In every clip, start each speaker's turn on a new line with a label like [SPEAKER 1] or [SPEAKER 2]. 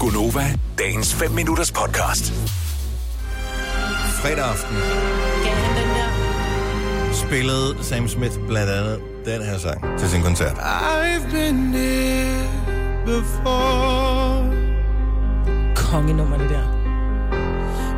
[SPEAKER 1] Gunova, dagens 5 minutters podcast.
[SPEAKER 2] fredag aften spillede Sam Smith blandt andet den her sang til sin koncert. I've been there before,
[SPEAKER 3] Kongenummer, det der.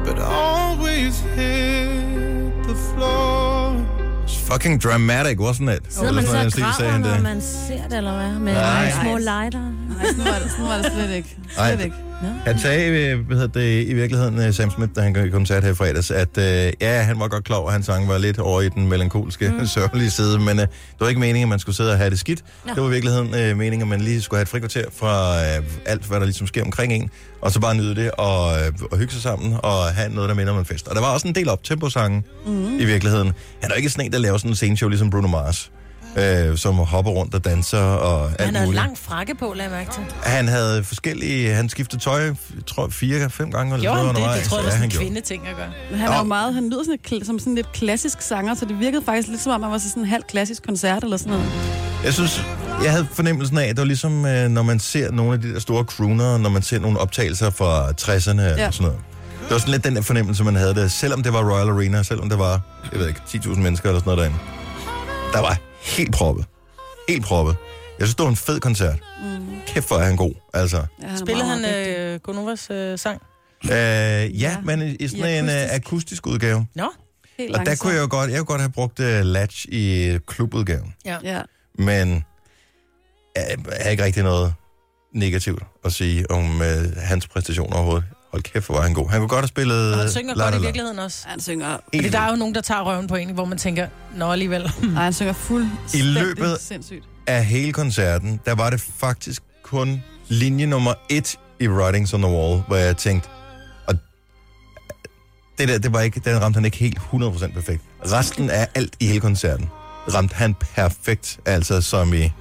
[SPEAKER 2] but always hit the floor. It's fucking dramatic, wasn't it?
[SPEAKER 4] Sidder man
[SPEAKER 2] Eller sådan
[SPEAKER 4] så
[SPEAKER 2] noget i den stil,
[SPEAKER 4] og
[SPEAKER 2] sagde
[SPEAKER 4] graver,
[SPEAKER 2] han
[SPEAKER 4] når
[SPEAKER 2] det.
[SPEAKER 4] man ser det, eller hvad? Med
[SPEAKER 2] Nej.
[SPEAKER 4] Nej. små lighter.
[SPEAKER 3] Nej, sådan var det, sådan var det slet ikke.
[SPEAKER 2] Nej.
[SPEAKER 3] Slet ikke.
[SPEAKER 2] Han sagde øh, hvad hedder det, i virkeligheden, øh, Sam Smith, da han gik i koncert her i fredags, at øh, ja, han var godt klar over, at hans sang var lidt over i den melankolske, mm. sørgelige side, men øh, det var ikke meningen, at man skulle sidde og have det skidt. Ja. Det var i virkeligheden øh, meningen, at man lige skulle have et frikvarter fra øh, alt, hvad der ligesom sker omkring en, og så bare nyde det og, øh, og hygge sig sammen og have noget, der minder om en fest. Og der var også en del optempo-sange mm. i virkeligheden. Han er jo ikke sådan en, der laver sådan en sceneshow ligesom Bruno Mars. Øh, som hopper rundt og danser og alt
[SPEAKER 4] Han havde
[SPEAKER 2] muligt.
[SPEAKER 4] lang frakke på, lad jeg mærke til.
[SPEAKER 2] Han havde forskellige... Han skiftede tøj, tror fire, fem gange. Eller
[SPEAKER 3] Gjorde
[SPEAKER 2] sådan noget
[SPEAKER 3] han det?
[SPEAKER 2] undervejs.
[SPEAKER 3] Det tror jeg
[SPEAKER 2] ja,
[SPEAKER 3] var sådan
[SPEAKER 2] han
[SPEAKER 3] en
[SPEAKER 2] gjorde.
[SPEAKER 3] kvindeting at gøre.
[SPEAKER 5] Men Han, er jo
[SPEAKER 2] Nå.
[SPEAKER 5] meget, han lyder sådan lidt, som sådan lidt klassisk sanger, så det virkede faktisk lidt som om, han var til sådan en halv klassisk koncert eller sådan noget. Mm.
[SPEAKER 2] Jeg synes, jeg havde fornemmelsen af, at det var ligesom, øh, når man ser nogle af de der store crooner, når man ser nogle optagelser fra 60'erne ja.
[SPEAKER 5] Ja.
[SPEAKER 2] og sådan noget. Det var sådan lidt den der fornemmelse, man havde der. Selvom det var Royal Arena, selvom der var, jeg ved ikke, 10.000 mennesker eller sådan noget derinde. Der var helt proppet. Helt proppet. Jeg synes, det var en fed koncert. Mm. Kæft, hvor er han god, altså.
[SPEAKER 5] Ja, han er
[SPEAKER 3] Spillede
[SPEAKER 5] meget,
[SPEAKER 3] han
[SPEAKER 5] meget dygtig.
[SPEAKER 3] øh, Gunovas øh, sang?
[SPEAKER 2] Øh, ja, ja, men i- i sådan
[SPEAKER 5] I
[SPEAKER 2] en øh,
[SPEAKER 5] akustisk.
[SPEAKER 2] akustisk udgave.
[SPEAKER 3] Nå,
[SPEAKER 5] Helt
[SPEAKER 2] Og der kunne jeg jo godt, jeg kunne godt have brugt uh, latch i øh, klubudgaven,
[SPEAKER 5] Ja.
[SPEAKER 2] men jeg har ikke rigtig noget negativt at sige om uh, hans præstation overhovedet. Hold kæft, hvor var han god. Han kunne godt have spillet...
[SPEAKER 3] og han synger
[SPEAKER 2] La La
[SPEAKER 3] godt i
[SPEAKER 2] La.
[SPEAKER 3] virkeligheden også.
[SPEAKER 5] Han synger,
[SPEAKER 3] Fordi
[SPEAKER 2] Helt
[SPEAKER 3] der er jo nogen, der tager røven på en, hvor man tænker, nå alligevel.
[SPEAKER 5] nej, han synger fuldstændig
[SPEAKER 2] I løbet-
[SPEAKER 5] sindssygt.
[SPEAKER 2] af hele koncerten, der var det faktisk kun linje nummer et i Writings on the Wall, hvor jeg tænkte, og det der, det var ikke, den ramte han ikke helt 100% perfekt. Resten af alt i hele koncerten ramte han perfekt, altså som i,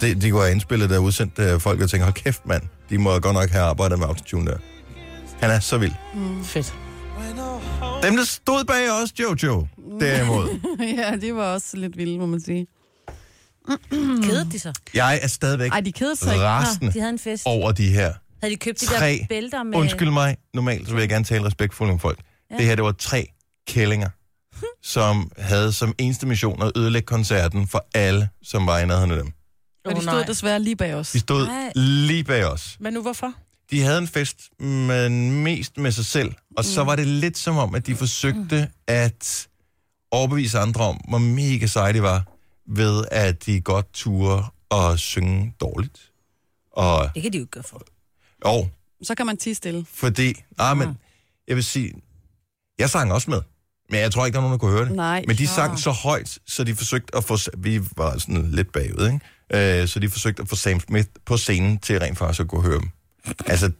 [SPEAKER 2] det, de kunne have indspillet der og udsendt øh, folk, og tænker, hold kæft mand, de må godt nok have arbejdet med autotune der. Han er så vild.
[SPEAKER 3] Fedt.
[SPEAKER 2] Dem, der stod bag os, Jojo, derimod.
[SPEAKER 5] ja, det var også lidt vildt, må man sige.
[SPEAKER 3] Mm.
[SPEAKER 4] Kedede de sig?
[SPEAKER 2] Jeg er stadigvæk
[SPEAKER 5] Ej, de keder sig ikke.
[SPEAKER 4] Nå,
[SPEAKER 2] rasende
[SPEAKER 4] de havde en fest.
[SPEAKER 2] over de her
[SPEAKER 4] Havde de købt de
[SPEAKER 2] tre.
[SPEAKER 4] der bælter med...
[SPEAKER 2] Undskyld mig, normalt så vil jeg gerne tale respektfuldt om folk. Ja.
[SPEAKER 4] Ja.
[SPEAKER 2] Det her, det var tre kællinger, som havde som eneste mission at ødelægge koncerten for alle, som var i nærheden af dem.
[SPEAKER 5] Og
[SPEAKER 3] Åh,
[SPEAKER 5] de stod
[SPEAKER 3] nej.
[SPEAKER 5] desværre lige bag os.
[SPEAKER 2] De stod
[SPEAKER 4] Nej.
[SPEAKER 2] lige bag os.
[SPEAKER 3] Men nu hvorfor?
[SPEAKER 2] De havde en fest, men mest med sig selv. Og så var det lidt som om, at de forsøgte
[SPEAKER 4] Mm.
[SPEAKER 2] at overbevise andre om, hvor mega seje de var, ved at de godt turde at synge dårligt. Og
[SPEAKER 4] Det kan de jo ikke gøre for.
[SPEAKER 2] jo,
[SPEAKER 5] Så kan man tige stille.
[SPEAKER 2] Fordi, ah, men, jeg vil sige, jeg sang også med. Men jeg tror ikke, der er nogen, der kunne høre det.
[SPEAKER 5] Nej.
[SPEAKER 2] Men de sang så højt, så de forsøgte at få... Vi var sådan lidt bagud, ikke? Øh, så de forsøgte at få Sam Smith på scenen til rent faktisk at kunne høre dem. Altså,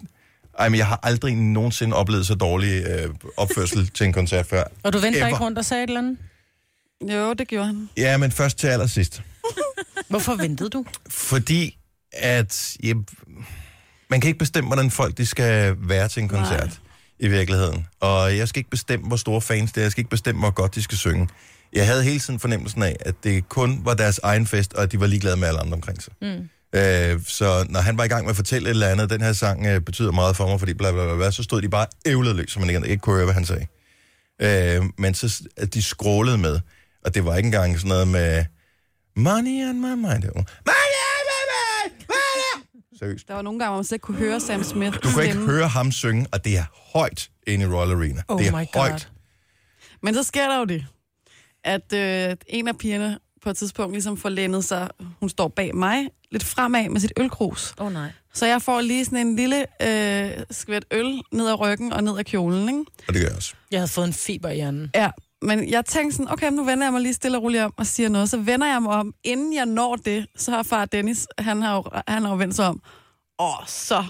[SPEAKER 2] ej, men jeg har aldrig nogensinde oplevet så dårlig øh, opførsel til en koncert før.
[SPEAKER 3] Og du vendte dig
[SPEAKER 2] Ever.
[SPEAKER 3] ikke rundt og sagde et eller andet?
[SPEAKER 5] Jo, det gjorde han.
[SPEAKER 2] Ja, men først til allersidst.
[SPEAKER 3] Hvorfor ventede du?
[SPEAKER 2] Fordi at... Ja, man kan ikke bestemme, hvordan folk de skal være til en koncert Nej. i virkeligheden. Og jeg skal ikke bestemme, hvor store fans det er. Jeg skal ikke bestemme, hvor godt de skal synge. Jeg havde hele tiden fornemmelsen af, at det kun var deres egen fest, og at de var ligeglade med alle andre omkring sig. Mm. Øh, så når han var i gang med at fortælle et eller andet, den her sang øh, betyder meget for mig, fordi bla bla bla, bla så stod de bare ævlet løs, så man ikke, ikke kunne høre, hvad han sagde. Øh, men så s- at de skrålede med, og det var ikke engang sådan noget med money on my mind. Det var, Money on my mind! Money! Seriøst.
[SPEAKER 5] Der var nogle gange, hvor man slet ikke kunne høre Sam Smith
[SPEAKER 2] Du kan ikke høre ham synge, og det er højt inde i Royal Arena.
[SPEAKER 3] Oh
[SPEAKER 2] det er
[SPEAKER 3] my God.
[SPEAKER 2] højt.
[SPEAKER 5] Men så sker der jo det, at øh, en af pigerne på et tidspunkt ligesom får lænet sig, hun står bag mig, lidt fremad med sit ølkrus.
[SPEAKER 4] Åh oh, nej.
[SPEAKER 5] Så jeg får lige sådan en lille øh, skvæt øl ned ad ryggen og ned ad kjolen, ikke?
[SPEAKER 2] Og det gør jeg også.
[SPEAKER 3] Jeg havde fået en fiber i hjernen.
[SPEAKER 5] Ja, men jeg tænkte sådan, okay, nu vender jeg mig lige stille og roligt om og siger noget. Så vender jeg mig om. Inden jeg når det, så har far Dennis, han har jo, han har jo vendt sig om. Og så...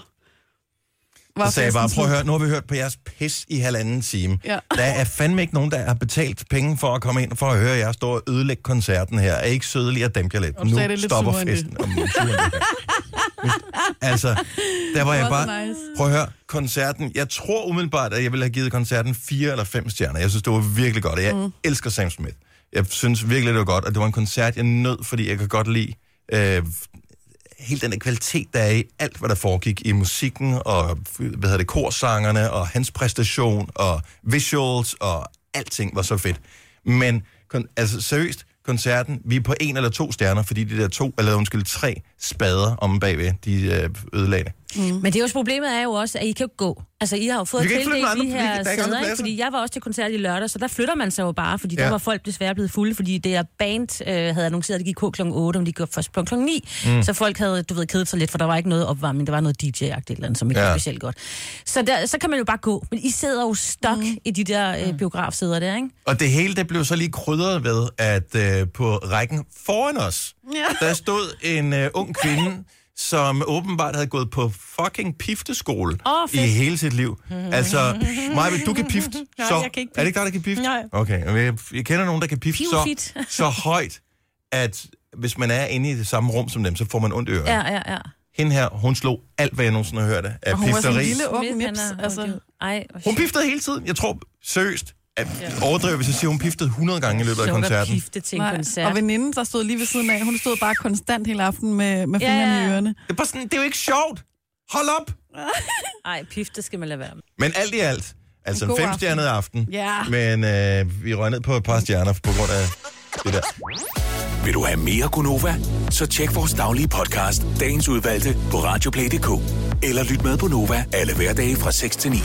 [SPEAKER 5] Var
[SPEAKER 2] Så sagde jeg bare,
[SPEAKER 5] festen
[SPEAKER 2] prøv at høre, nu har vi hørt på jeres pis i halvanden time.
[SPEAKER 5] Ja.
[SPEAKER 2] Der er fandme ikke nogen, der har betalt penge for at komme ind for at høre jer stå og ødelægge koncerten her. Er I ikke søde lige at dæmpe jer lidt?
[SPEAKER 5] Og du
[SPEAKER 2] nu
[SPEAKER 5] sagde det lidt
[SPEAKER 2] stopper
[SPEAKER 5] surere end det.
[SPEAKER 2] festen. Om, surere end det. altså, der var jeg
[SPEAKER 5] var så
[SPEAKER 2] bare...
[SPEAKER 5] nice.
[SPEAKER 2] Prøv at høre, koncerten... Jeg tror umiddelbart, at jeg ville have givet koncerten fire eller fem stjerner. Jeg synes, det var virkelig godt, og jeg mm. elsker Sam Smith. Jeg synes virkelig, det var godt, og det var en koncert, jeg nød, fordi jeg kan godt lide... Øh, hele den der kvalitet, der er i alt, hvad der foregik i musikken, og hvad hedder det, korsangerne, og hans præstation, og visuals, og alting var så fedt. Men kon- altså, seriøst, koncerten, vi er på en eller to stjerner, fordi de der to, eller undskyld, tre spader om bagved, de øh, ødelagde det.
[SPEAKER 4] Men det er jo også problemet er jo også, at I kan jo gå. Altså, I har jo fået
[SPEAKER 2] Vi kan ikke flytte nogen
[SPEAKER 4] tildelt de
[SPEAKER 2] andre,
[SPEAKER 4] her
[SPEAKER 2] fordi der er ikke andre
[SPEAKER 4] sæder, ikke?
[SPEAKER 2] pladser.
[SPEAKER 4] Fordi jeg var også til koncert i lørdag, så der flytter man sig jo bare, fordi ja.
[SPEAKER 2] Ja.
[SPEAKER 4] der var folk desværre blevet fulde, fordi det her band øh, havde annonceret, at det gik på kl. 8, om de gik først på kl. 9. Mm. Så folk havde, du ved, kedet sig lidt, for der var ikke noget opvarmning, der var noget DJ-agtigt eller andet, som ikke
[SPEAKER 2] Ja.
[SPEAKER 4] ja. var specielt godt. Så, der, så kan man jo bare gå. Men I sidder jo stok mm. i de der øh, biografsæder der, ikke?
[SPEAKER 2] Og det hele, det blev så lige krydret ved, at øh, på rækken foran os, ja. der stod en øh, ung kvinde, som åbenbart havde gået på fucking pifteskole
[SPEAKER 4] Åh,
[SPEAKER 2] i
[SPEAKER 4] fedt.
[SPEAKER 2] hele sit liv. Altså, Maja, du kan pifte.
[SPEAKER 3] Nej,
[SPEAKER 2] så,
[SPEAKER 3] jeg kan ikke
[SPEAKER 2] Er det ikke dig, der kan pifte?
[SPEAKER 3] Nej.
[SPEAKER 2] Okay, men jeg, jeg kender nogen, der kan pifte så,
[SPEAKER 4] Pivfit.
[SPEAKER 2] så højt, at hvis man er inde i det samme rum som dem, så får man ondt i ørerne. Ja.
[SPEAKER 4] Ja, ja, ja.
[SPEAKER 2] Hende her, hun slog alt, hvad jeg nogensinde har hørt af
[SPEAKER 5] Og hun var sådan en
[SPEAKER 2] pifteri.
[SPEAKER 5] lille ung
[SPEAKER 4] Midt,
[SPEAKER 5] nips,
[SPEAKER 4] han er-
[SPEAKER 5] altså.
[SPEAKER 4] Ej, hvor
[SPEAKER 2] Hun piftede hele tiden. Jeg tror, seriøst, at overdriver, hvis jeg siger, hun piftede 100 gange i løbet af
[SPEAKER 4] sjovt at
[SPEAKER 2] koncerten.
[SPEAKER 4] pifte til en
[SPEAKER 5] Nej,
[SPEAKER 4] koncert.
[SPEAKER 5] Og veninden, der stod lige ved siden af, hun stod bare konstant hele aftenen med, med
[SPEAKER 4] Ja,
[SPEAKER 5] fingrene
[SPEAKER 4] ja.
[SPEAKER 5] i ørerne.
[SPEAKER 2] Det er, bare sådan, det er jo ikke sjovt. Hold op.
[SPEAKER 4] Ej, pifte skal man lade være med.
[SPEAKER 2] Men alt i alt, altså en,
[SPEAKER 5] god
[SPEAKER 2] femstjernet aften.
[SPEAKER 5] Ja.
[SPEAKER 2] Men øh, vi røg ned på et par stjerner på grund af det der.
[SPEAKER 1] Vil du have mere Gunova? Så tjek vores daglige podcast, dagens udvalgte, på radioplay.dk. Eller lyt med på Nova alle hverdage fra 6 til 9.